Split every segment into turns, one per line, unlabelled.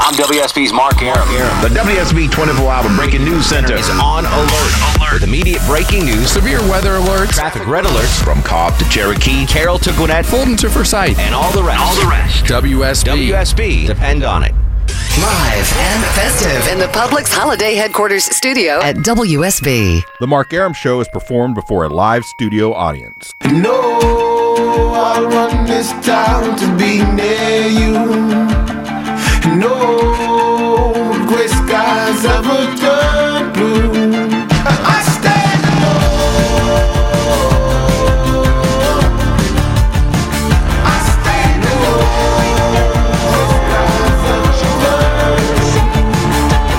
I'm WSB's Mark Aram.
The WSB 24 hour breaking news center
Is on alert. Alert. With immediate breaking news,
Severe weather alert.
traffic red alerts,
from Cobb to Cherokee.
Carroll to Gwinnett,
Fulton to Forsyth.
and all the rest. All the rest.
WSB.
WSB. Depend on it.
Live and festive in the Publix Holiday Headquarters studio at WSB.
The Mark Aram Show is performed before a live studio audience.
No, I want this town to be near you. No gray skies ever turn blue. I stand alone. I stand alone. Gray skies ever turn blue.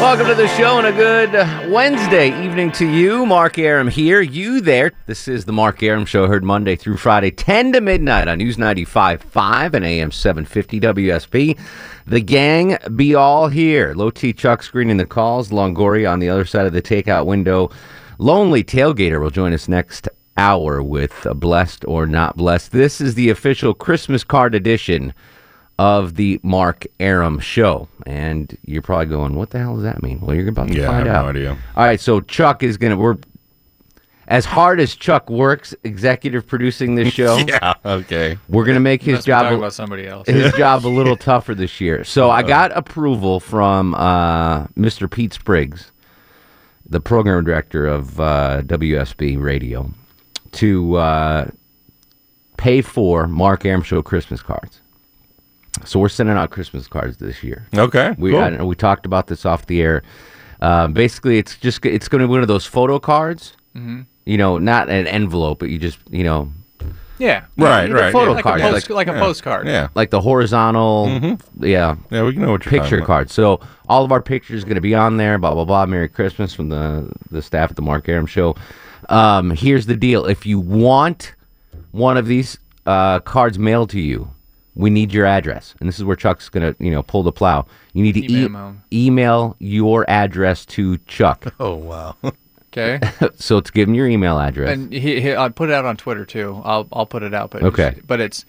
Welcome to the show and a good Wednesday evening to you. Mark Aram here, you there. This is the Mark Aram Show, heard Monday through Friday, 10 to midnight on News 95.5 and AM 750 WSB. The gang be all here. Low T Chuck screening the calls. Longoria on the other side of the takeout window. Lonely Tailgater will join us next hour with uh, Blessed or Not Blessed. This is the official Christmas card edition of the Mark Aram show. And you're probably going, what the hell does that mean? Well, you're about to
Yeah, I
find
have
out.
no idea.
All right, so Chuck is going to, we're, as hard as Chuck works executive producing this show,
Yeah. Okay.
we're going to make his
Unless we talk
job
about somebody else.
his job a little tougher this year. So I got approval from uh, Mr. Pete Spriggs, the program director of uh, WSB Radio, to uh, pay for Mark Aram Show Christmas cards. So we're sending out Christmas cards this year.
Okay.
We
cool.
I don't know, we talked about this off the air. Uh, basically, it's just it's going to be one of those photo cards.
Mm-hmm.
You know, not an envelope, but you just you know
yeah.
Right, right,
Yeah, like
photo
a
card,
post-
like-
Like, a postcard. Mm-hmm.
yeah.
like the horizontal. Yeah,
Yeah, we know what you're
picture
talking about.
card. So all of our pictures going to be on there. Blah blah blah. Merry Christmas from the the staff at the Mark Aram Show. Um, here's the deal: if you want one of these uh, cards mailed to you, we need your address, and this is where Chuck's going to you know pull the plow. You need to
Email
e-
him home.
email your address to Chuck.
Okay.
so it's give him your email address.
and he, he, I put it out on Twitter too. I'll I'll put it out. But
Okay.
But it's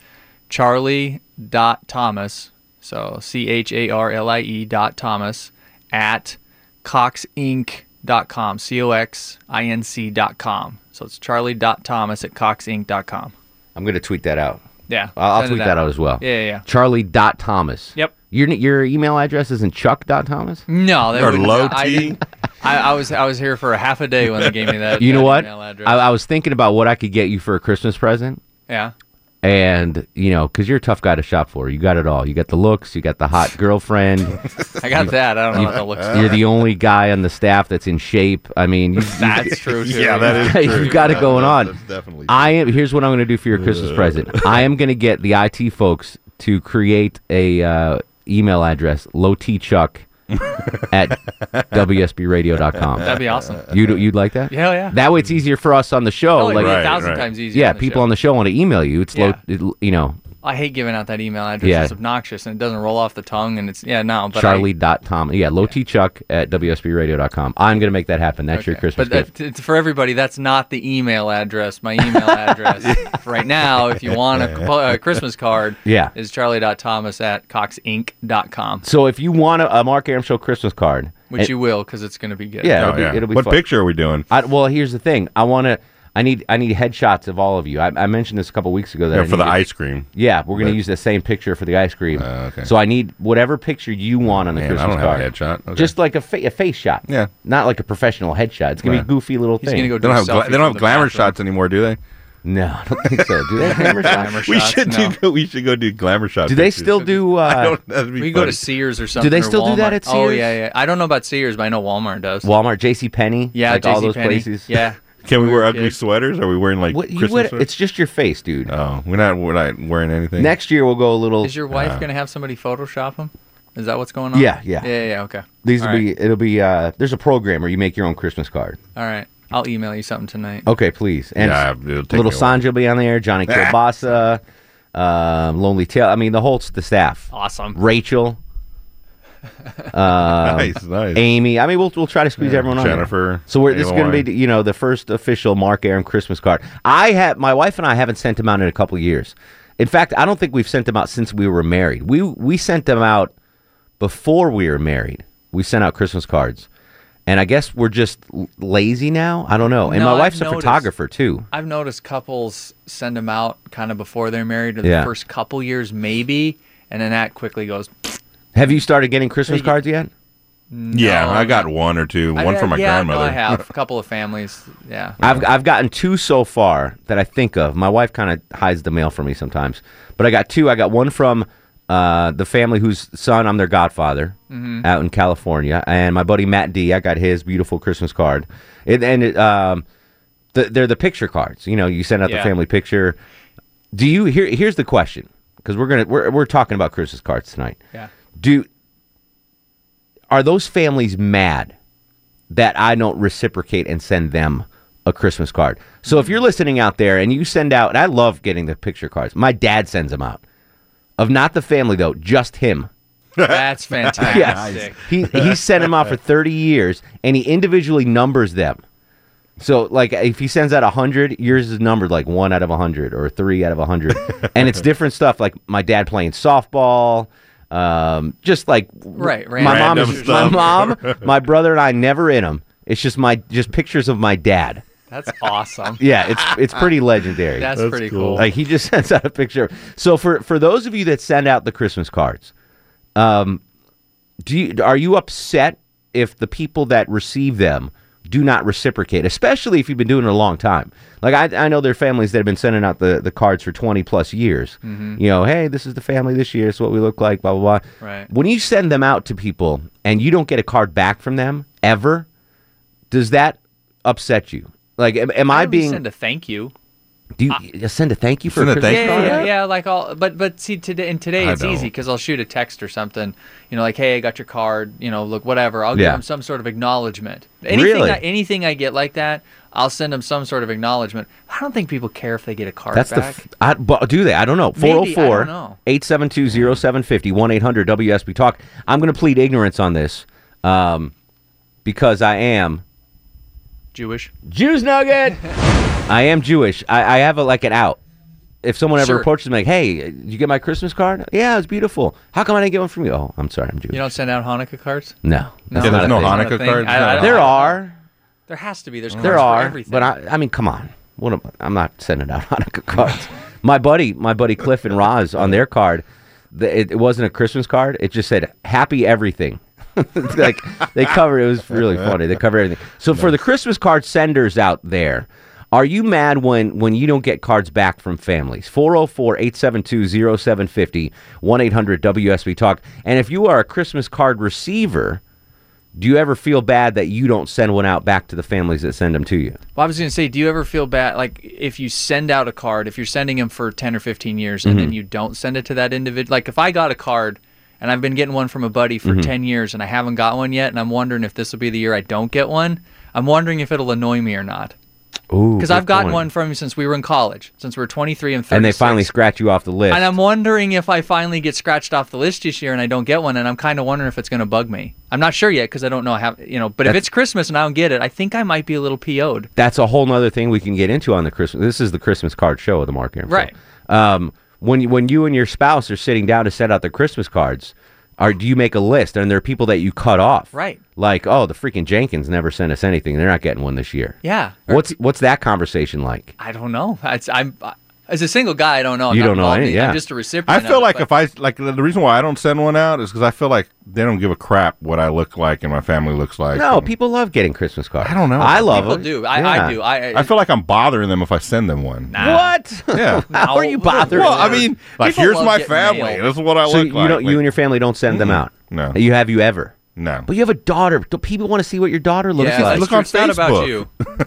Charlie dot Thomas. So C H A R L I E dot Thomas at coxinc.com. C O X I N C dot com. So it's Charlie dot Thomas at coxinc.com.
I'm going to tweet that out.
Yeah.
I'll, I'll
send it
tweet that out as well.
Yeah, yeah, yeah.
Charlie dot Thomas.
Yep.
Your your email address isn't Chuck dot Thomas.
No, that
Or
would-
low
I-
T.
I, I was I was here for a half a day when they gave me that.
You know
that
what?
email
I,
address.
I was thinking about what I could get you for a Christmas present.
yeah.
And, you know, because you're a tough guy to shop for. You got it all. You got the looks, you got the hot girlfriend.
I got that. I don't know what that looks like.
you're the only guy on the staff that's in shape. I mean, you,
That's true. Too.
Yeah, that is true.
you've got it
Yeah,
going
that's-
on.
that's definitely.
I am. Here's what I'm going to do for your Christmas present. I am going to get the IT folks to create a uh, email address, lowtchuck at
That'd
wsbradio.com.
be awesome.
You'd, you'd like that?
Yeah, yeah.
That way it's easier for us on the show.
Oh, like,
Right,
a thousand
right.
times easier.
yeah,
the
people
show.
on the show want to email you. It's
Yeah.
low, it, you know,
I hate giving out that email address.
Yeah.
It's obnoxious and it doesn't roll off the tongue. And it's yeah, no. But I-
Charlie dot Tom. Yeah, low T Chuck at wsbradio.com. I'm gonna make that happen. That's your
Okay.
Christmas
But
gift.
that, it's for everybody. That's not the email address. My email address right now, if you want a, cl- a Christmas card,
Yeah.
is charlie.thomas at coxinc.com,
So if you want a, a Mark Aram Show Christmas card,
which
and-
you will because it's going to be good.
yeah,
Oh,
it'll,
yeah.
Be, it'll be
what
fun.
picture are we doing?
I, well, here's the thing. I want to. I need. I need headshots of all of you. I, I mentioned this a couple weeks ago. That
Yeah,
I
for the
needed-
ice cream.
Yeah, we're gonna use the same picture for the ice cream.
Uh, okay.
So I need whatever picture you want on the
Man, I
Christmas
don't
card.
have a headshot. Okay.
Just like a, fa- a face shot.
Yeah.
Not like a professional headshot. It's gonna
Right.
be a goofy little
He's
thing.
going to go
they
do
don't
a
have gla-
selfie
they don't
from
have
the
glamour
bathroom.
shots anymore, do they?
no, I don't think so. Do they have hammer shots?
Glamour
We
shots,
should
no.
do. We should go do glamour shots.
Do they still do? Uh,
I don't. That'd be
We
funny.
go to Sears or something.
they
or
still do that
Walmart.
at
Oh
Sears?
yeah, yeah. I don't know about Sears, but I know Walmart does.
Walmart, J.C. Penney,
yeah,
like all
JCPenney.
those places.
Yeah,
Can we wear ugly
kid.
sweaters? Are we wearing like
What, you
Christmas?
would,
sweaters?
it's just your face, dude.
oh, we're not we're not wearing anything. Uh,
Next year we'll go a little.
Is your wife gonna have somebody Photoshop him? Is that what's going on?
Yeah, yeah.
yeah, yeah. Okay.
These will
All right.
be. It'll be. Uh, there's a program where you make your own Christmas card.
All right. I'll email you something tonight.
Okay, please. And
Yeah,
s-
it'll take
little
me a while.
Sanjay will be on there. Johnny Kilbasa, um, Lonely Tail. I mean, the whole s- the staff.
Awesome.
Rachel, Um,
nice, nice.
Amy. I mean, we'll we'll try to squeeze
Yeah,
everyone on.
Jennifer,
There. So we're, this is going to
Aloy.
be you know the first official Mark Aaron Christmas card. I have my wife and I haven't sent them out in a couple of years. In fact, I don't think we've sent them out since we were married. We we sent them out before we were married. We sent out Christmas cards, and I guess we're just l- lazy now. I don't know. And
No,
my
I've
wife's a
noticed.
photographer too.
I've noticed couples send them out kind of before they're married, or the
Yeah.
first couple years maybe, and then that quickly goes.
Have you started getting Christmas cards yet?
yeah,
No,
I got one or two. One
I-
from my
yeah, no,
grandmother.
I have a couple of families. Yeah.
I've I've gotten two so far that I think of. My wife kind of hides the mail from me sometimes, but I got two. I got one from uh, the family whose son I'm their godfather
Mm-hmm.
out in California, and my buddy Matt D. I got his beautiful Christmas card, and, and it, um, the, they're the picture cards. You know, you send out the
Yeah.
family picture. Do you here? Here's the question, because we're gonna we're we're talking about Christmas cards tonight.
Yeah.
Do are those families mad that I don't reciprocate and send them a Christmas card? So if you're listening out there and you send out, and I love getting the picture cards. My dad sends them out. Of not the family though, just him.
That's fantastic.
Yes. he he sent them out for 30 years and he individually numbers them. So like if he sends out 100, yours is numbered like 1 out of 100 or 3 out of 100. and it's different stuff like my dad playing softball, um, just like
Right,
my
random.
mom
Random
is my
stuff.
mom, my brother and I never in them. It's just my just pictures of my dad.
That's awesome.
Yeah, it's it's pretty legendary.
That's,
That's
pretty
cool.
cool.
Like he just sends out a picture. So for for those of you that send out the Christmas cards, um, do you are you upset if the people that receive them do not reciprocate, especially if you've been doing it a long time? Like I, I know there are families that have been sending out the, the cards for twenty plus years.
Mm-hmm.
You know, hey, this is the family this year. It's what we look like. Blah blah blah.
Right.
When you send them out to people and you don't get a card back from them ever, does that upset you? Like, am, am I,
Why don't we
being?
send a thank you.
do you send a thank you for
Send
a
a
Christmas
thank
Yeah,
card?
yeah, yeah, yeah, like all, but but see today and today
I
it's easy
don't.
because I'll shoot a text or something, you know, like hey, I got your card, you know, look whatever. I'll
Yeah.
give them some sort of acknowledgement. Anything
Really?
I, anything I get like that, I'll send them some sort of acknowledgement. I don't think people care if they get a card
That's
back.
the. F- I, but do they? I don't know.
Maybe, I don't
404
know.
872 0750 1 800 WSB Talk. I'm going to plead ignorance on this um, because I am
Jewish.
Jews Nugget. I am Jewish. I, I have a, like an out. If someone ever
Sure.
approaches me like, hey, did you get my Christmas card? Yeah, it's beautiful. How come I didn't get one from you? Oh, I'm sorry. I'm Jewish.
You don't send out Hanukkah cards.
no. that's
Yeah,
not
there's
a
no
thing.
Not a
Hanukkah
thing.
cards.
I- I
No.
don't-
There are.
There has to be. There's cards
There
for
are,
everything.
but I, I mean, come on. What am, I'm not sending out Hanukkah cards. my buddy, my buddy Cliff and Roz on their card, the, it, it wasn't a Christmas card. It just said "Happy Everything." It's like they covered. It was really funny. They covered everything. So for the Christmas card senders out there. Are you mad when, when you don't get cards back from families? 404 872 0750 1 800 WSB Talk. And if you are a Christmas card receiver, do you ever feel bad that you don't send one out back to the families that send them to you?
Well, I was going to say, do you ever feel bad? Like, if you send out a card, if you're sending them for 10 or 15 years and
Mm-hmm.
then you don't send it to that individual, like, if I got a card and I've been getting one from a buddy for
Mm-hmm.
10 years and I haven't got one yet, and I'm wondering if this will be the year I don't get one, I'm wondering if it'll annoy me or not.
Ooh,
Because I've gotten one from you since we were in college, since we are 23 and 36.
and they finally scratch you off the list.
And I'm wondering if I finally get scratched off the list this year and I don't get one, and I'm kind of wondering if it's going to bug me. I'm not sure yet because I don't know how, you know, but if
That's-
it's Christmas and I don't get it, I think I might be a little PO'd.
That's a whole nother thing we can get into on the Christmas. This is the Christmas card show of the Mark Aaron Show.
Right.
Um, when you- when you and your spouse are sitting down to send out the Christmas cards, are do you make a list? And there are people that you cut off.
Right.
Like, oh, the freaking Jenkins never sent us anything. They're not getting one this year.
Yeah. Or-
What's what's that conversation like?
I don't know. It's, I'm I- as a single guy. I don't know. I'm
You
not
don't know
involved in
any-
it.
yeah.
I'm just a recipient.
I
of
feel
it,
like
but
if I like the reason why I don't send one out is because I feel like they don't give a crap what I look like and my family looks like.
No,
And
people love getting Christmas cards.
I don't know.
I love
people
them.
do. I,
Yeah.
I do. I,
I feel like I'm bothering them if I send them one.
What?
Yeah.
How are you bothering?
Well, I
them?
mean, like
People
here's
love
my
getting
family.
mail.
This is what I
so
look
you
like.
don't,
Like,
you and your family don't send them out.
No.
you have you ever.
No.
But you have a daughter. Do people want to see what your daughter looks
Yeah,
like?
Look
look
on
on it's not
Facebook.
about you.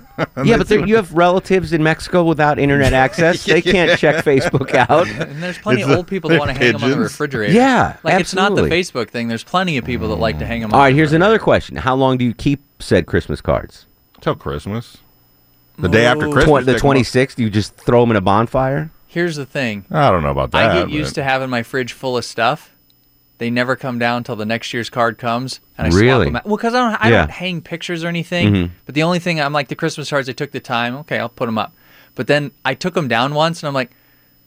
yeah, but there- you have relatives in Mexico without internet access. They can't check Facebook out.
And there's plenty
It's
of
a-
old people that want to hang them on the
pigeons.
refrigerator.
Yeah,
like it's not the
absolutely.
Facebook thing. There's plenty of people that like to hang them.
All
on
right, here's another question. How long do you keep said Christmas cards?
Till Christmas. The day after Christmas.
Twen- the
they come up.
26th, you just throw them in a bonfire?
Here's the thing.
I don't know about that.
I get used
but-
to having my fridge full of stuff. They never come down till the next year's card comes, and I swap
Really?
them out. Well, because I don't, I
Yeah. Mm-hmm.
don't hang pictures or anything. But the only thing I'm like the Christmas cards. I took the time. Okay, I'll put them up. But then I took them down once, and I'm like,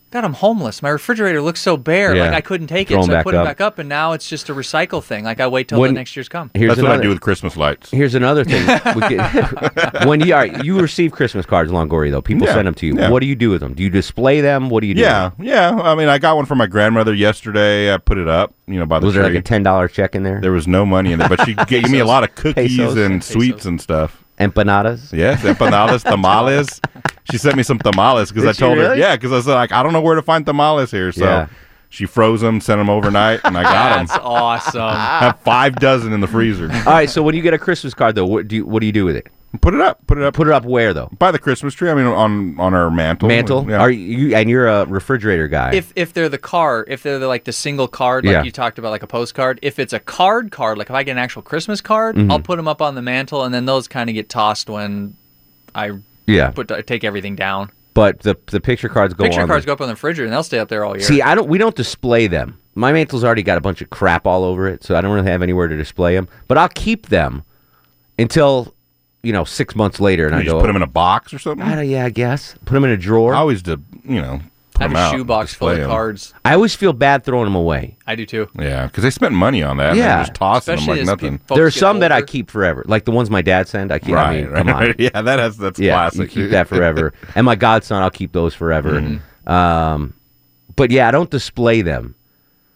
God, I'm homeless. My refrigerator looks so bare.
Yeah.
Like I couldn't take
Throw
it,
'em
so I
back
put them
up.
back up, and now it's just a recycle thing. Like I wait till
When-
the next year's come.
Here's
That's what I
another-
do with Christmas lights.
Here's another thing. We get- when you all right, you receive Christmas cards, Longoria, though people
Yeah,
send them to you.
yeah.
What do you do with them? Do you display them? What do you do?
Yeah, yeah. I mean, I got one from my grandmother yesterday. I put it up, you know, by the
Was
tree.
there like a ten dollar check in there?
there was no money in there, but she gave me a lot of cookies
Pesos.
and sweets and stuff.
Empanadas.
Yes, empanadas, tamales. She sent me some tamales because
Did
I
she
told her,
really?
yeah, because I said like I don't know where to find tamales here, so
Yeah.
she froze them, sent them overnight, and I got
That's
them.
awesome.
I have five dozen in the freezer.
All right. So when you get a Christmas card, though, what do you, what do you do with it?
Put it up. Put it up.
Put it up where though?
by the Christmas tree. I mean, on on our mantle.
Mantle.
Yeah.
Are you and you're a refrigerator guy?
if if they're the car, if they're the, like the single card, like
Yeah.
you talked about, like a postcard. If it's a card card, like if I get an actual Christmas card,
Mm-hmm.
I'll put them up on the mantle, and then those kind of get tossed when I
yeah,
put I take everything down.
but the the picture cards go
Picture
on.
cards
the-
go up on the refrigerator, and they'll stay up there all year.
See, I don't. We don't display them. My mantle's already got a bunch of crap all over it, so I don't really have anywhere to display them. But I'll keep them until you know six months later, and
You
I
just
go.
put them in a box or something.
I
I,
don't- yeah, I guess. Put them in a drawer. I always,
always do. You know,
I
put
have
'em
a
out,
shoebox full
display
of
'em.
cards.
feel bad throwing them away.
I do too.
Yeah, because they spent money on that. and
Yeah.
they're just tossing
Especially
them
as
like nothing.
peop- folks
there are
get
some that I
older.
keep forever, like the ones my dad sent. I keep. I
Right,
mean,
right,
come on.
right. Yeah, that has that's
Yeah,
classic.
you keep that forever. and my godson, I'll keep those forever.
Mm-hmm.
Um, but yeah, I don't display them.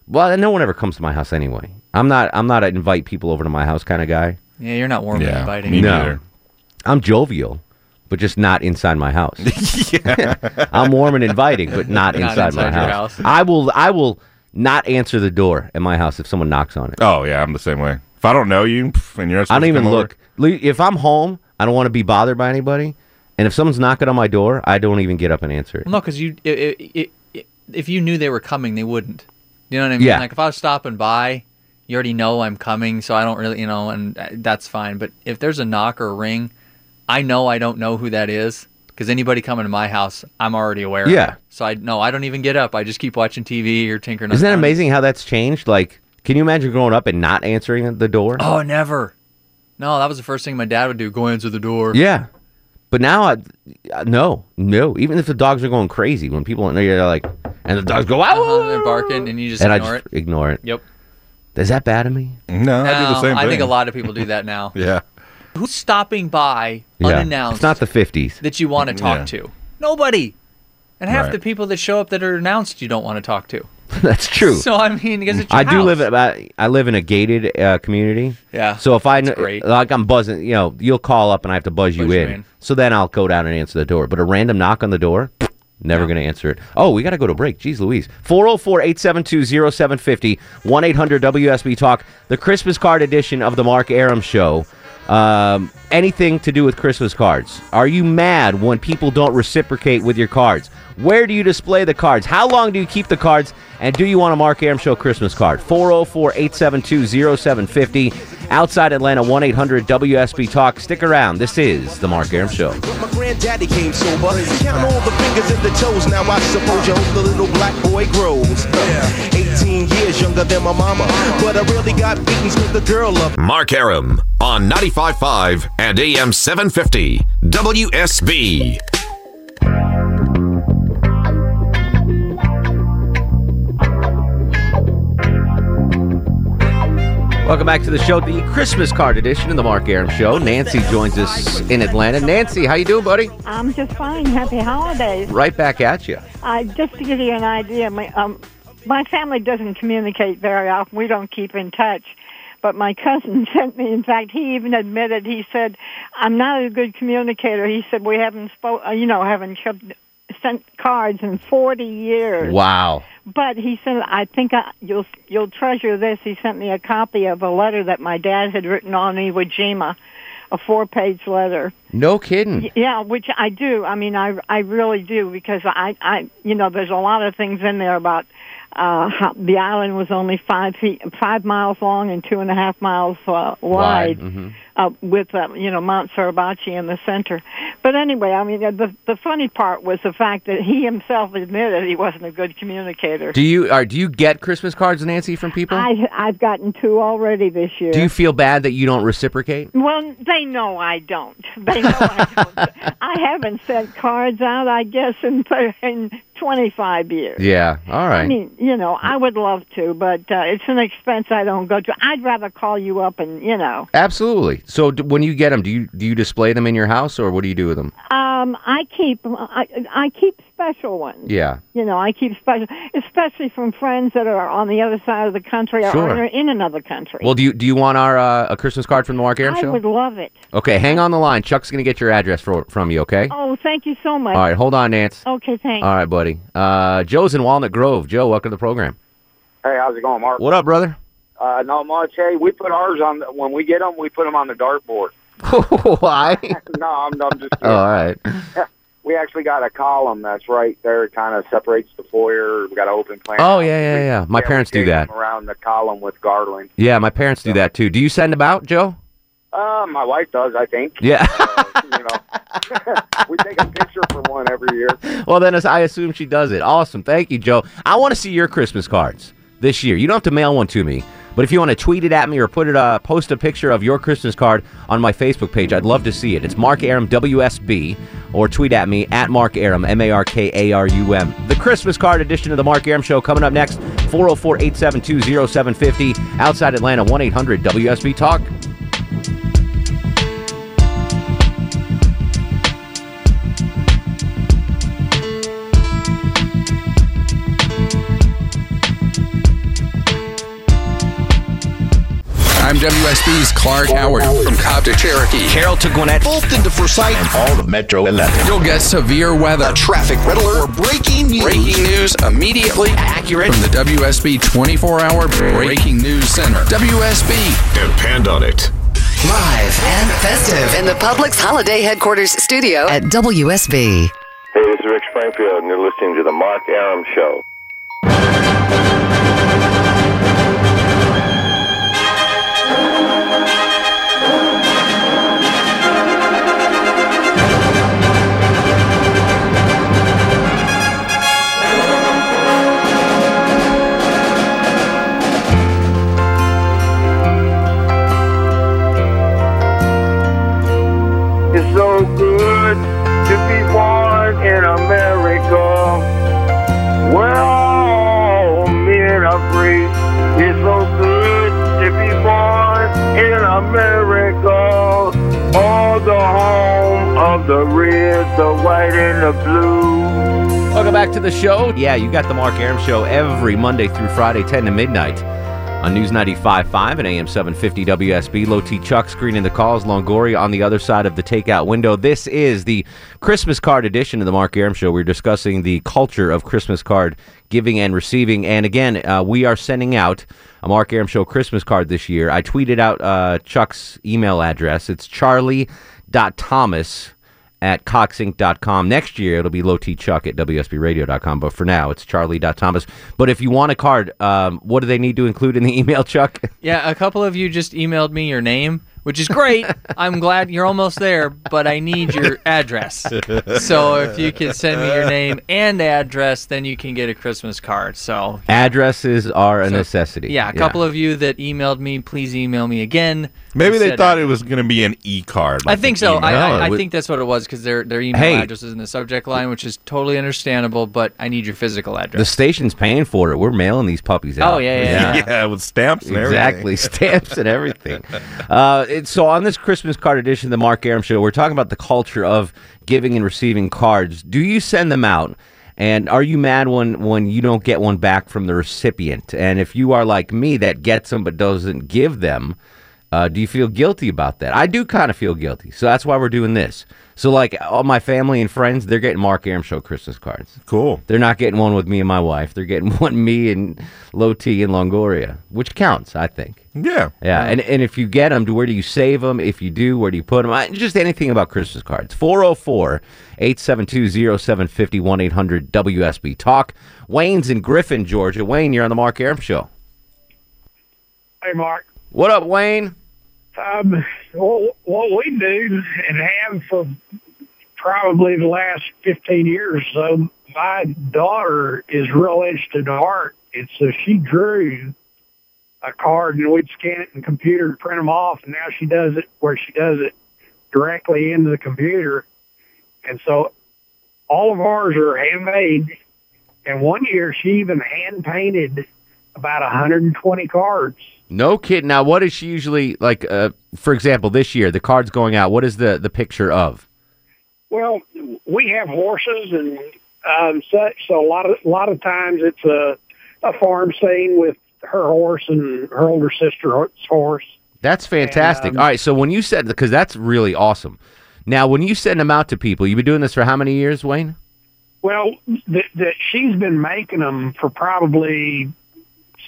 Well, no one ever comes to my house anyway. I'm not. I'm not an invite people over to my house kind of guy.
Yeah, you're not warm and
Yeah,
inviting.
me
No.
neither.
I'm jovial, but just not inside my house. I'm warm and inviting, but not,
Not
inside, my
inside your
house.
house.
I will. I will not answer the door at my house if someone knocks on it.
Oh yeah, I'm the same way. If I don't know you, pff, and you're not
I
supposed
don't
to
even
come over-
look. Le- If I'm home, I don't want to be bothered by anybody. And if someone's knocking on my door, I don't even get up and answer it.
No, because you i i i if you knew they were coming, they wouldn't. You know what I mean?
Yeah.
Like if I was stopping by, you already know I'm coming, so I don't really, you know, and uh, that's fine. But if there's a knock or a ring, I know I don't know who that is because anybody coming to my house, I'm already aware. of
Yeah.
it. So I no, I don't even get up. I just keep watching TV or tinkering.
Isn't that
around.
amazing how that's changed? Like, can you imagine growing up and not answering the door?
Oh, never. No, that was the first thing my dad would do: go answer the door.
Yeah. But now, I, I- no, no. Even if the dogs are going crazy, when people are they're like, and the dogs go,
Uh-huh,
out,
they're barking, and you just
and I
ignore
just
it.
ignore it.
Yep.
Is that bad of me?
No, Uh, I do the
Now,
same
I
thing.
think a lot of people do that now.
Yeah,
Who's stopping by
It's
unannounced?
not the 50s.
that you want to talk
Yeah.
to. Nobody. And half
Right.
the people that show up that are announced you don't want to talk to.
That's true.
So I mean, because it's your
I do
house.
live at about, I live in a gated uh, community.
Yeah,
So if I kn-
great.
like I'm buzzing, you know, you'll call up and I have to buzz you,
Buzz you
in.
in.
So then I'll go down and answer the door. But a random knock on the door, never going to answer it. Oh, we got to go to break. Jeez Louise. 404-872-0750 1-800-WSB Talk. The Christmas card edition of the Mark Aram show. Um, anything to do with Christmas cards. Are you mad when people don't reciprocate with your cards? Where do you display the cards? How long do you keep the cards? And do you want a Mark Aram Show Christmas card? 404 872 0750. Outside Atlanta, 1 800 WSB Talk. Stick around. This is The Mark Aram Show.
My granddaddy came sober. Count all the fingers and the toes. Now I suppose you hope the little black boy grows. 18 years younger than my mama. But I really got beaten with the girl up.
Mark Aram on 95.5 and AM 750 WSB.
Welcome back to the show, the Christmas card edition of The Mark Aram Show. Nancy joins us in Atlanta. Nancy, how you doing, buddy?
I'm just fine. Happy holidays.
Right back at you.
I just to give you an idea, my um, my family doesn't communicate very often. We don't keep in touch. But my cousin sent me. In fact, he even admitted. He said, "I'm not a good communicator." He said, "We uh, haven't spoke. You know, haven't kept sent cards in 40 years.
Wow.
But he said, "I think I, you'll you'll treasure this." He sent me a copy of a letter that my dad had written on Iwo Jima, a four-page letter.
No kidding.
Y- Yeah, which I do. I mean, I I really do because I I you know there's a lot of things in there about uh how the island was only five feet five miles long and two and a half miles uh, wide
Mhm.
uh, with uh, you know Mount Suribachi in the center. But anyway, I mean the the funny part was the fact that he himself admitted he wasn't a good communicator.
Do you are do you get Christmas cards, Nancy, from people?
I I've gotten two already this year.
do you feel bad that you don't reciprocate?
Well, they know I don't. They know I don't. I haven't sent cards out, I guess, in in 25 years.
Yeah. All right.
I mean, you know, I would love to, but uh, it's an expense I don't go to. I'd rather call you up and, you know.
Absolutely. So d- when you get them, do you do you display them in your house or what do you do with them?
Um, I keep I, I keep special ones.
Yeah.
You know, I keep special, especially from friends that are on the other side of the country or
Sure.
are in another country.
Well, do you do you want our uh, a Christmas card from the Mark Aram
I
show?
would love it.
Okay, hang on the line. Chuck's going to get your address for, from you. Okay.
Oh, thank you so much.
All right. Hold on, Nance.
Okay, thanks.
All right, buddy. Uh, Joe's in Walnut Grove. Joe, welcome to the program.
Hey, how's it going, Mark?
What up, brother?
Uh, not much. Hey, we put ours on the, when we get them. We put them on the dartboard.
Why?
no, I'm, I'm just.
Oh, all right.
We actually got a column that's right there, kind of separates the foyer. We got an open plan.
Oh yeah, yeah, yeah. My parents do that.
around the column with garland.
Yeah, my parents do that too. Do you send them out, Joe?
Uh, my wife does, I think.
Yeah.
you know, we take a picture for one every year.
well, then as I assume she does it. Awesome. Thank you, Joe. I want to see your Christmas cards this year. You don't have to mail one to me, but if you want to tweet it at me or put it, uh, post a picture of your Christmas card on my Facebook page, I'd love to see it. It's Mark Aram WSB, or tweet at me at Mark Aram M A R K A R U M. The Christmas card edition of the Mark Aram Show coming up next. 404 872 0750 outside Atlanta 1 800 WSB Talk.
I'm WSB's Clark Howard. From Cobb to Cherokee. Carroll to Gwinnett. Fulton to Forsyth. And all of Metro 11. You'll get severe weather. A traffic riddler. Or breaking news. Breaking news immediately accurate. From the WSB 24-hour Breaking News Center. WSB. Depend on it.
Live and festive in the Publix Holiday Headquarters studio at WSB.
Hey, this is Rick Springfield, and you're listening to The Mark Aram Show.
It's so good to be born in America. Where all men are free. It's so good to be born in America. All the home of the red, the white, and the blue.
Welcome back to the show. Yeah, you got the Mark Aram Show every Monday through Friday, 10 to midnight on News 95.5 and AM 750 WSB. Low T Chuck screening the calls. Longoria on the other side of the takeout window. This is the Christmas card edition of the Mark Aram Show. We're discussing the culture of Christmas card giving and receiving. And again, uh, we are sending out a Mark Aram Show Christmas card this year. I tweeted out uh, Chuck's email address. It's charlie.thomas at coxinc.com. Next year, it'll be low T Chuck at WSBradio.com. But for now, it's charlie.thomas. But if you want a card, um, what do they need to include in the email, Chuck?
Yeah, a couple of you just emailed me your name, which is great. I'm glad you're almost there, but I need your address. So if you can send me your name and address, then you can get a Christmas card. So
Addresses are a necessity.
yeah, a couple of you that emailed me, please email me again.
Maybe
You
they
said-
thought it was going to be an e card.
I think so. I, I, I think that's what it was because their their email
Hey.
address is in the subject line, which is totally understandable. But I need your physical address.
The station's paying for it. We're mailing these puppies out.
Oh, yeah, yeah, yeah.
with stamps
and everything.
exactly, stamps and everything. Uh, it's so on this Christmas card edition of the Mark Aram Show, we're talking about the culture of giving and receiving cards. Do you send them out? And are you mad when, when you don't get one back from the recipient? And if you are like me that gets them but doesn't give them, Uh, do you feel guilty about that? I do kind of feel guilty. So that's why we're doing this. So, like, all my family and friends, they're getting Mark Aram Show Christmas cards.
Cool.
They're not getting one with me and my wife. They're getting one me and Low T and Longoria, which counts, I think.
Yeah.
Yeah, and, and if you get them, where do you save them? If you do, where do you put them? I, just anything about Christmas cards. 404 872 0750 800 WSB Talk. Wayne's in Griffin, Georgia. Wayne, you're on the Mark Aram Show.
Hey, Mark.
What up, Wayne?
Um, what, what we do and have for probably the last 15 years or so, my daughter is real interested in art. And so she drew a card and we'd scan it in the computer and print them off. And now she does it where she does it directly into the computer. And so all of ours are handmade. And one year she even hand painted about 120 cards.
No kidding. Now, what is she usually like? Uh, for example, this year the card's going out. What is the the picture of?
Well, we have horses and um, such, so a lot of a lot of times it's a a farm scene with her horse and her older sister's horse.
That's fantastic.
um,
All right. So when you said because that's really awesome. Now, when you send them out to people, you've been doing this for how many years, Wayne?
Well, that that she's been making them for probably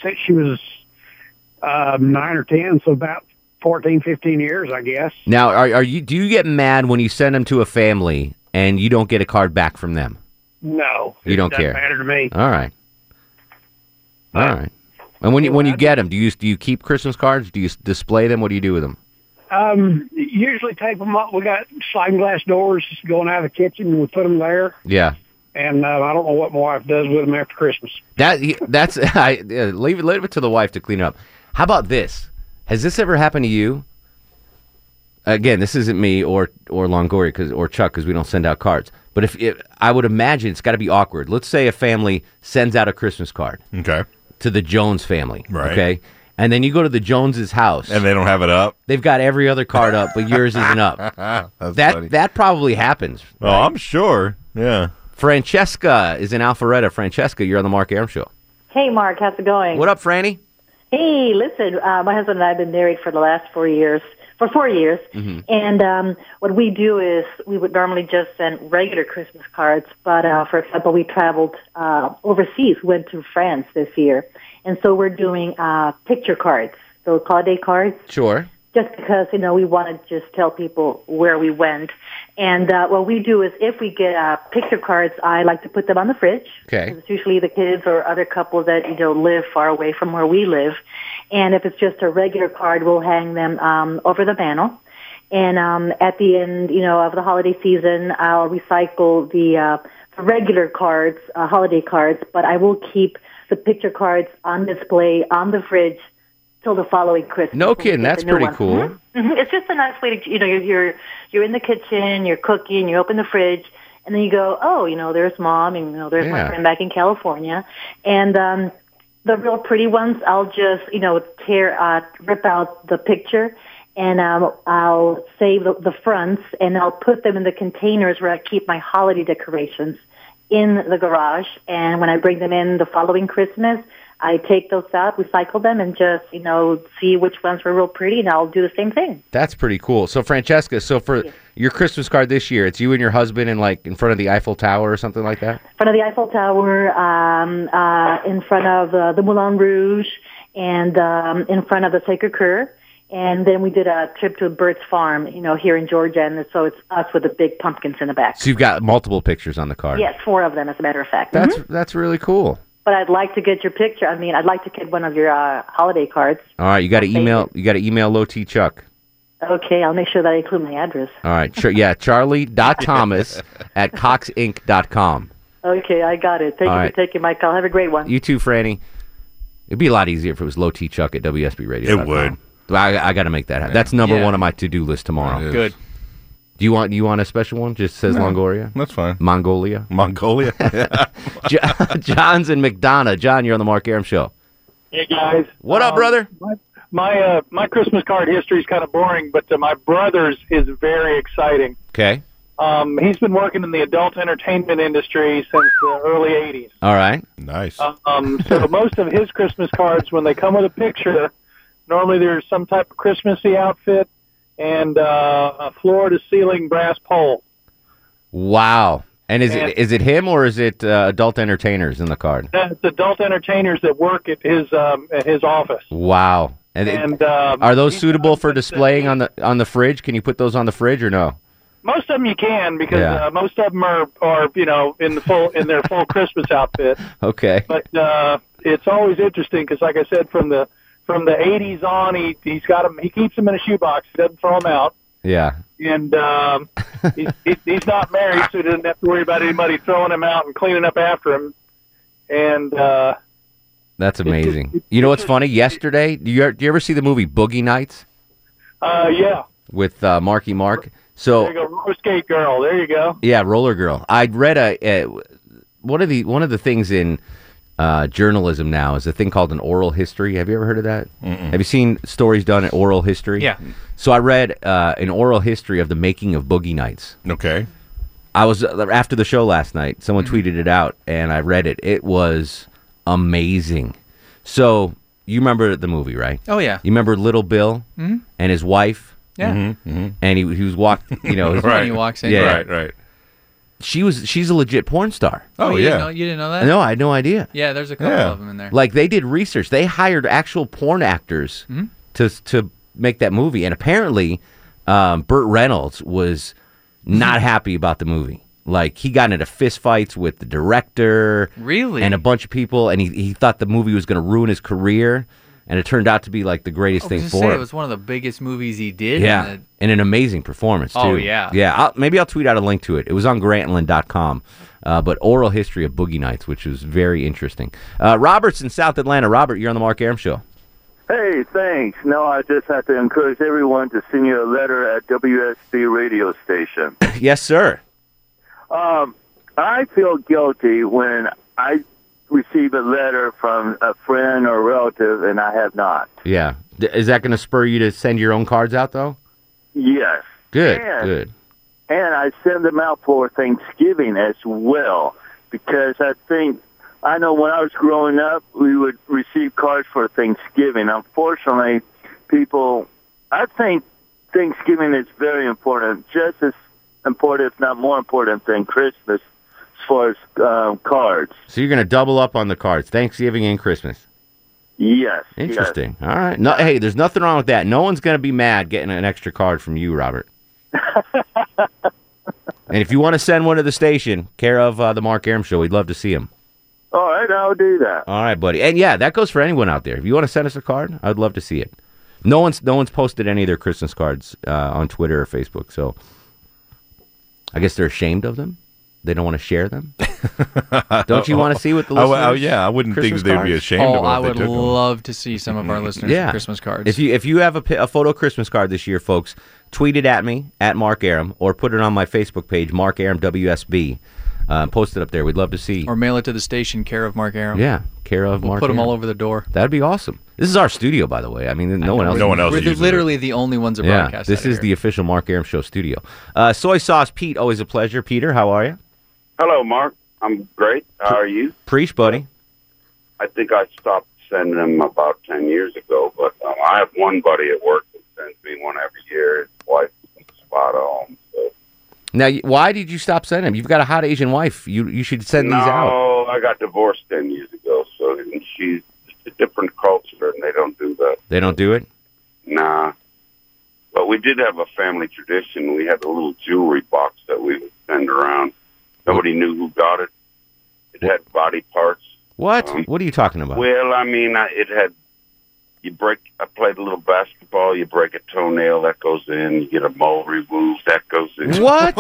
since she was um, nine or ten, so about fourteen, fifteen years, I guess.
Now, are, are you do you get mad when you send them to a family and you don't get a card back from them?
No,
You
it
don't
doesn't
care.
Matter to me.
All right. All right. And when you when you get them, do you do you keep Christmas cards? Do you s- display them? What do you do with them?
Um, usually tape them up. We got sliding glass doors going out of the kitchen, and we put them there.
Yeah.
And uh, I don't know what my wife does with them after Christmas.
That that's I, yeah, leave it leave it to the wife to clean up. How about this? Has this ever happened to you? Again, this isn't me or or Longoria 'cause- or Chuck because we don't send out cards. But if it, I would imagine it's got to be awkward. Let's say a family sends out a Christmas card,
okay,
to the Jones family,
Right.
Okay, and then you go to the Joneses' house,
And they don't have it up.
They've got every other card up, but yours isn't up. that
funny.
that probably happens. Oh,
I'm sure. Yeah.
Francesca is in Alpharetta. Francesca, you're on the Mark Aram Show.
Hey, Mark, how's it going?
What up, Franny?
Hey, listen, uh, my husband and I have been married for the last four years, for four years,
Mhm.
and um, what we do is we would normally just send regular Christmas cards, but uh, for example, we traveled uh, overseas, We went to France this year, and so we're doing uh, picture cards, so holiday cards,
Sure.
just because you know we want to just tell people where we went. And uh, what we do is if we get uh, picture cards, I like to put them on the fridge.
Okay.
It's usually the kids or other couples that you know live far away from where we live, and if it's just a regular card, we'll hang them um, over the mantle. And um, at the end, you know, of the holiday season, I'll recycle the, uh, the regular cards, uh, holiday cards, but I will keep the picture cards on display on the fridge till the following Christmas.
No kidding. That's
the new
pretty
one.
cool.
Mhm. It's just a nice way to, you know, you're, you're you're in the kitchen, you're cooking, you open the fridge, and then you go, oh, you know, there's mom, and you know, there's
Yeah.
my friend back in California, and um, the real pretty ones, I'll just, you know, tear, uh, rip out the picture, and um, I'll save the, the fronts, and I'll put them in the containers where I keep my holiday decorations in the garage, and when I bring them in the following Christmas. I take those out, recycle them, and just you know see which ones were real pretty, and I'll do the same thing.
That's pretty cool. So Francesca, so for your Christmas card this year, it's you and your husband in like in front of the Eiffel Tower or something like that.
front of the Eiffel Tower, um, uh, in front of uh, the Moulin Rouge, and um, in front of the Sacred Coeur. And then we did a trip to Burt's Farm, you know, here in Georgia, and so it's us with the big pumpkins in the back.
So you've got multiple pictures on the card.
Yes, four of them, as a matter of fact.
That's
Mhm.
that's really cool.
But I'd like to get your picture. I mean, I'd like to get one of your uh, holiday cards.
All right, you got to email you got to email low T Chuck.
Okay, I'll make sure that I include my address.
All right, sure. Yeah, Charlie dot Thomas at coxinc.com.
Okay, I got it. Thank
All
you
right.
for taking my call. Have a great one.
You too, Franny. It'd be a lot easier if it was low T Chuck at WSB Radio. It would. I, I got to make that happen. That's number
Yeah.
one on my to do list tomorrow.
is. Good.
Do you want do you want a special one? Just says
No,
Longoria.
That's fine.
Mongolia.
Mongolia.
Jo- John's in McDonough. John, you're on the Mark Aram Show.
Hey guys, Um,
What up, brother?
My my, uh, my Christmas card history is kind of boring, but uh, my brother's is very exciting.
Okay.
Um, he's been working in the adult entertainment industry since the early '80s.
All right.
Nice.
Uh, Um, so most of his Christmas cards, when they come with a picture, Normally, there's some type of Christmassy outfit and uh, a floor-to-ceiling brass pole.
Wow. And is
And-
it is it him or is it uh, adult entertainers in the card?
That's adult entertainers that work at his um, at his office.
Wow. And, it-
And, um,
are those suitable for displaying on the on the fridge? Can you put those on the fridge or no?
Most of them you can because
Yeah.
uh, most of them are, are you know in the full in their full Christmas outfit.
Okay.
But uh, it's always interesting because, like I said, from the from the '80s on, he he's got them. He keeps them in a shoebox. He doesn't throw them out.
Yeah.
And um, he's, he, he's not married, so he doesn't have to worry about anybody throwing him out and cleaning up after him. And uh,
That's amazing. You know what's funny? Yesterday, do you, do you ever see the movie Boogie Nights
uh, yeah,
with uh, Marky Mark?
there
So
you go, roller skate girl. There you go.
yeah, Roller Girl. I read a, uh one of the one of the things in uh, journalism now is a thing called an oral history. Have you ever heard of that? Have you seen stories done in oral history?
Yeah.
So I read uh, an oral history of the making of Boogie Nights.
Okay.
I was uh, after the show last night. Someone
Mm-hmm.
tweeted it out, and I read it. It was amazing. So you remember the movie, right?
Oh, yeah.
You remember Little Bill
Mhm.
and his wife? Mm-hmm.
Yeah. Mhm,
And he, he was walked. You know, his-
Right. He walks in. Right,
right.
She was. She's a legit porn star.
Oh, you Didn't know, you didn't know that?
No, I had no idea.
Yeah, there's a couple of them in there.
Like they did research. They hired actual porn actors
Mhm.
to to make that movie, and apparently, um, Burt Reynolds was not happy about the movie. Like he got into fistfights with the director,
Really?
and a bunch of people, and he he thought the movie was going to ruin his career, and it turned out to be like the greatest
I was
thing
gonna
for
say,
him.
it was one of the biggest movies he did.
yeah,
and
and an amazing performance too.
Oh, yeah.
yeah. I'll, maybe I'll tweet out a link to it. It was on Grantland.com. Uh, but oral history of Boogie Nights, which was very interesting. Uh, Robert's in South Atlanta. Robert, you're on the Mark Aram Show.
Hey, thanks. No, I just have to encourage everyone to send you a letter at WSB radio station.
yes, sir.
Um, I feel guilty when I receive a letter from a friend or relative and I have not.
Yeah. D- is that going to spur you to send your own cards out though?
Yes.
Good.
And,
Good.
and I send them out for Thanksgiving as well because I think I know when I was growing up we would receive cards for Thanksgiving. Unfortunately, people I think Thanksgiving is very important, just as important, if not more important, than Christmas as far as um, cards.
So you're going to double up on the cards, Thanksgiving and Christmas.
Yes. yes.
Interesting. All right. No, hey, there's nothing wrong with that. No one's going to be mad getting an extra card from you, Robert. and if you want to send one to the station, care of uh, the Mark Aram Show, we'd love to see him.
All
Oh,
right, I'll do that.
All right, buddy. And yeah, that goes for anyone out there. If you want to send us a card, I'd love to see it. No one's no one's posted any of their Christmas cards uh, on Twitter or Facebook, so I guess they're ashamed of them. They don't want to share them. don't you want to see what the
Oh,
listeners?
well, yeah, I wouldn't think
Christmas
they'd be
cards?
ashamed
oh, I would love to see some of our listeners'
Yeah.
Christmas cards.
If you if you have a, pi- a photo Christmas card this year, folks, tweet it at me at Mark Aram or put it on my Facebook page, Mark Aram WSB. Uh, post it up there. We'd love to see.
or mail it to the station, care of Mark Aram.
yeah, care of
We'll
Mark.
put them
Arum.
all over the door.
That'd be awesome. This is our studio, by the way. I mean, no one else.
We're the- literally the only ones that
Yeah,
broadcast.
this
out of
is
here.
the official Mark Aram Show studio. Uh, soy sauce, Pete. Always a pleasure, Peter. How are you?
Hello, Mark. I'm great. How are you?
Preach, buddy.
I think I stopped sending them about 10 years ago, but um, I have one buddy at work that sends me one every year. His wife is spot on. So.
Now, y- why did you stop sending them? You've got a hot Asian wife. You you should send
no,
these out.
I got divorced 10 years ago, so and she's just a different culture, and they don't do that.
They don't do it.
Nah. But we did have a family tradition. We had a little jewelry box that we would send around. Nobody knew who got it. It had body parts.
What? what are you talking about?
Well, I mean, I, it had. You break. I played a little basketball. You break a toenail, that goes in. You get a mole removed, that goes in.
What?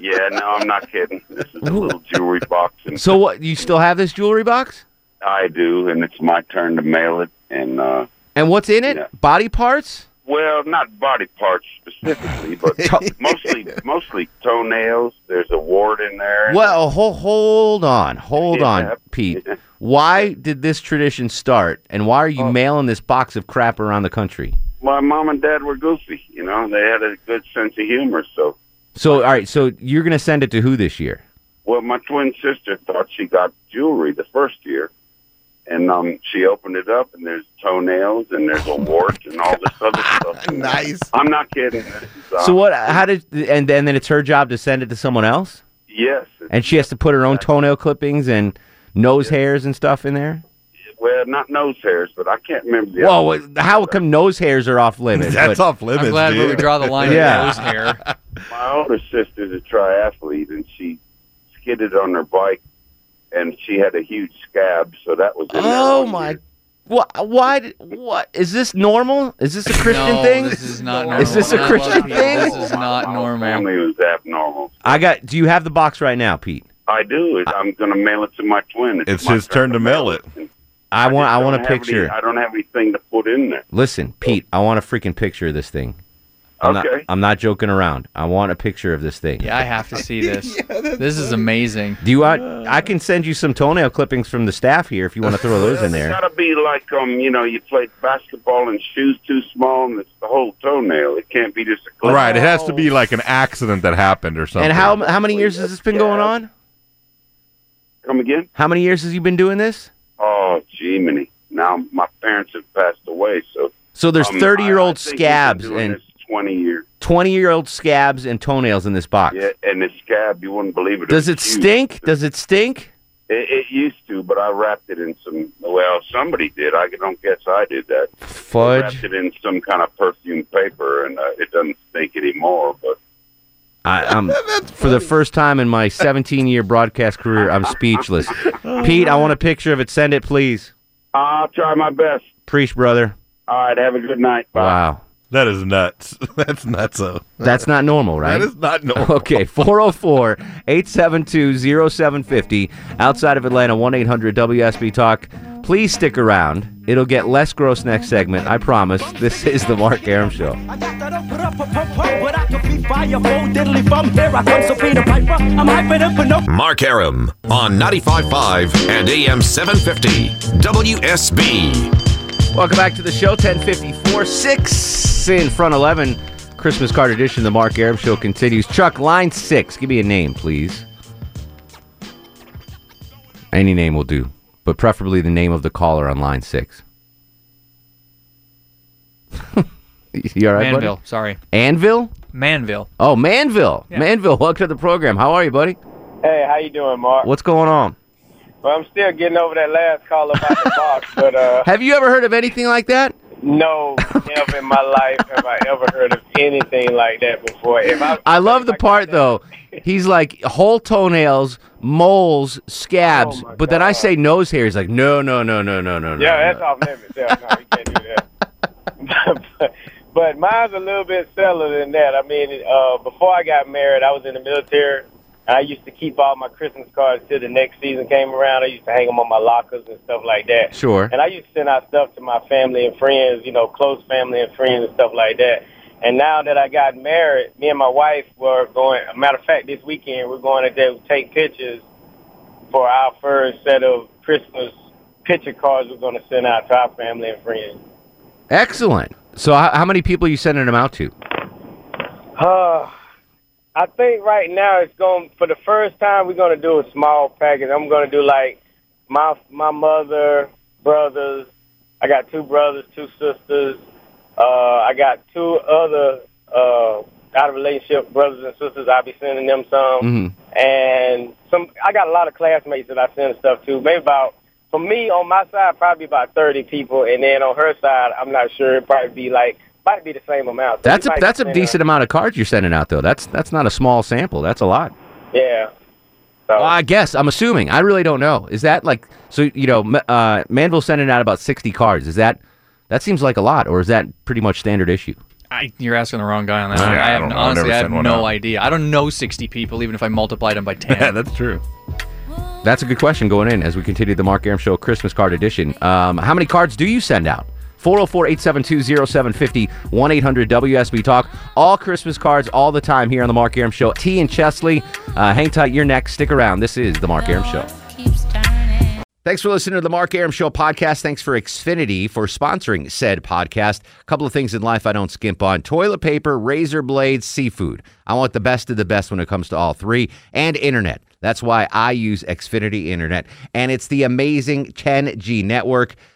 yeah, no, I'm not kidding. This is a little jewelry box, and
so what? You still have this jewelry box?
I do, and it's my turn to mail it. And uh
And what's in it?
Yeah.
Body parts?
well, not body parts specifically, but mostly mostly toenails. There's a wart in there.
Well, ho- hold on, hold
Yeah. Oh.
on, Pete. Why did this tradition start, and why are you mailing this box of crap around the country?
my mom and dad were goofy. You know, they had a good sense of humor, so
So, all right, so you're going to send it to who this year?
Well, my twin sister thought she got jewelry the first year, And um, she opened it up, and there's toenails, and there's a wart, and all this other stuff. nice. I'm not kidding. This is, uh,
So what? How did? And then, then it's her job to send it to someone else,
Yes.
and she has to put her own toenail clippings and nose hairs and stuff in there.
Well, not nose hairs, but I can't remember. The
Whoa!
other
what- How come nose hairs are off limits?
That's off limits, I'm glad dude. where we draw the line at
yeah.
nose
hair.
My older sister's a triathlete, and she skidded on her bike, and she had a huge scab, so that was in there.
Oh my! What? Why? did- What is this normal? Is this a Christian
No,
thing?
this is not
Is this a
normal.
Christian
Not
thing?
normal. This is
not normal.
My family was abnormal.
I got. Do you have the box right now, Pete?
I do. It- I'm going to mail it to my twin.
It's
my
his
turn
to mail it.
I want. I
don't
want a
have any-
picture.
I don't have anything to put in there.
Listen, Pete. I want a freaking picture of this thing. I'm Not,
Okay.
I'm not joking around. I want a picture of this thing.
Yeah, I have to see this. this is amazing.
Do you want? I can send you some toenail clippings from the staff here if you want to throw those in
It's
there.
got to be like um, you know, you played basketball and shoes too small, and it's the whole toenail. It can't be just a clip.
Right. It has to be like an accident that happened or something.
And how how many years has this been going on?
Come again?
How many years has you been doing this?
Oh, Jiminy! Now my parents have passed away, so
So there's
um,
30 year
I- I
old
think we've been
scabs
doing
and
this twenty years.
20 year old scabs and toenails in this box.
Yeah, and the scab, you wouldn't believe it.
Does
was
it
huge.
stink? Does it stink?
It, it used to, but I wrapped it in some. Well, somebody did. I don't guess I did that. I
Fudge.
wrapped it in some kind of perfume paper, and uh, it doesn't stink anymore. But
I, I'm for the first time in my 17 year broadcast career, I'm speechless. Pete, I want a picture of it. Send it, please.
I'll try my best.
Preach, brother.
All right, have a good night.
Wow.
That is nuts. That's nuts.
That's not normal, right?
That is not normal.
Okay, 404 872 0750 oh, outside of Atlanta, 1 800 WSB Talk. Please stick around. It'll get less gross next segment, I promise. This is The Mark Aram Show.
But I can be fire, bold, diddly bum. Here I come, Sophia Piper. I'm hyping up and no.
Mark Aram on 95.5 and AM 750 WSB.
Welcome back to the show, 1054 6 in front 11. Christmas card edition, The Mark Aram Show continues. Chuck, line 6, give me a name, please. Any name will do, but preferably the name of the caller on line 6. you all right, buddy?
Manville, sorry.
Anvil?
Manville.
Oh, Manville. Manville, welcome to the program. How are you, buddy?
Hey, how you doing, Mark?
What's going on?
Well, I'm still getting over that last call about the box, but uh,
Have you ever heard of anything like that?
no, never in my life have I ever heard of anything like that before. If I,
I love the part though. He's like whole toenails, moles, scabs,
Oh
but then I say nose hair. He's like, no, no, no, no, no, no, no. no.
yeah, that's off limits. Yeah, no, you can't do that. but mine's a little bit simpler than that. I mean, uh, before I got married, I was in the military. And I used to keep all my Christmas cards till the next season came around. I used to hang them on my lockers and stuff like that.
Sure.
And I used to send out stuff to my family and friends, you know, close family and friends and stuff like that. And now that I got married, me and my wife were going. A matter of fact, this weekend we're going to go take pictures for our first set of Christmas picture cards. We're going to send out to our family and friends.
Excellent. So, how, how many people are you sending them out to?
Uh, I think right now it's going for the first time we're going to do a small package. I'm going to do like my my mother, brothers. I got two brothers, two sisters. Uh, I got two other uh, out of relationship brothers and sisters. I'll be sending them some,
Mm-hmm.
and some. I got a lot of classmates that I send stuff to. Maybe about for me on my side, probably about thirty people, and then on her side, I'm not sure. It probably be like might be the same amount. So
That's
we
a
might
that's a
send her-
decent amount of cards you're sending out though. That's that's not a small sample. That's a lot.
Yeah.
Well, I guess I'm assuming. I really don't know. Is that like so? You know, Ma- uh, Manville sending out about 60 cards. Is that that seems like a lot, or is that pretty much standard issue?
I, you're asking the wrong guy on that.
Yeah,
one.
I
I have
don't know. I
honestly,
never
I have
sent one
no
out.
idea. I don't know 60 people, even if I multiplied them by 10.
Yeah,
that's true.
That's a good question going in as we continue the Mark Aram Show Christmas card edition. Um, how many cards do you send out? 404 872 0750 1 800 WSB Talk. All Christmas cards all the time here on the Mark Aram Show. T and Chesley, uh, hang tight. You're next. Stick around. This is the Mark Aram Show. Thanks for listening to the Mark Aram Show podcast. Thanks for Xfinity for sponsoring said podcast. A couple of things in life I don't skimp on toilet paper, razor blades, seafood. I want the best of the best when it comes to all three, and internet. That's why I use Xfinity Internet. And it's the amazing 10G network.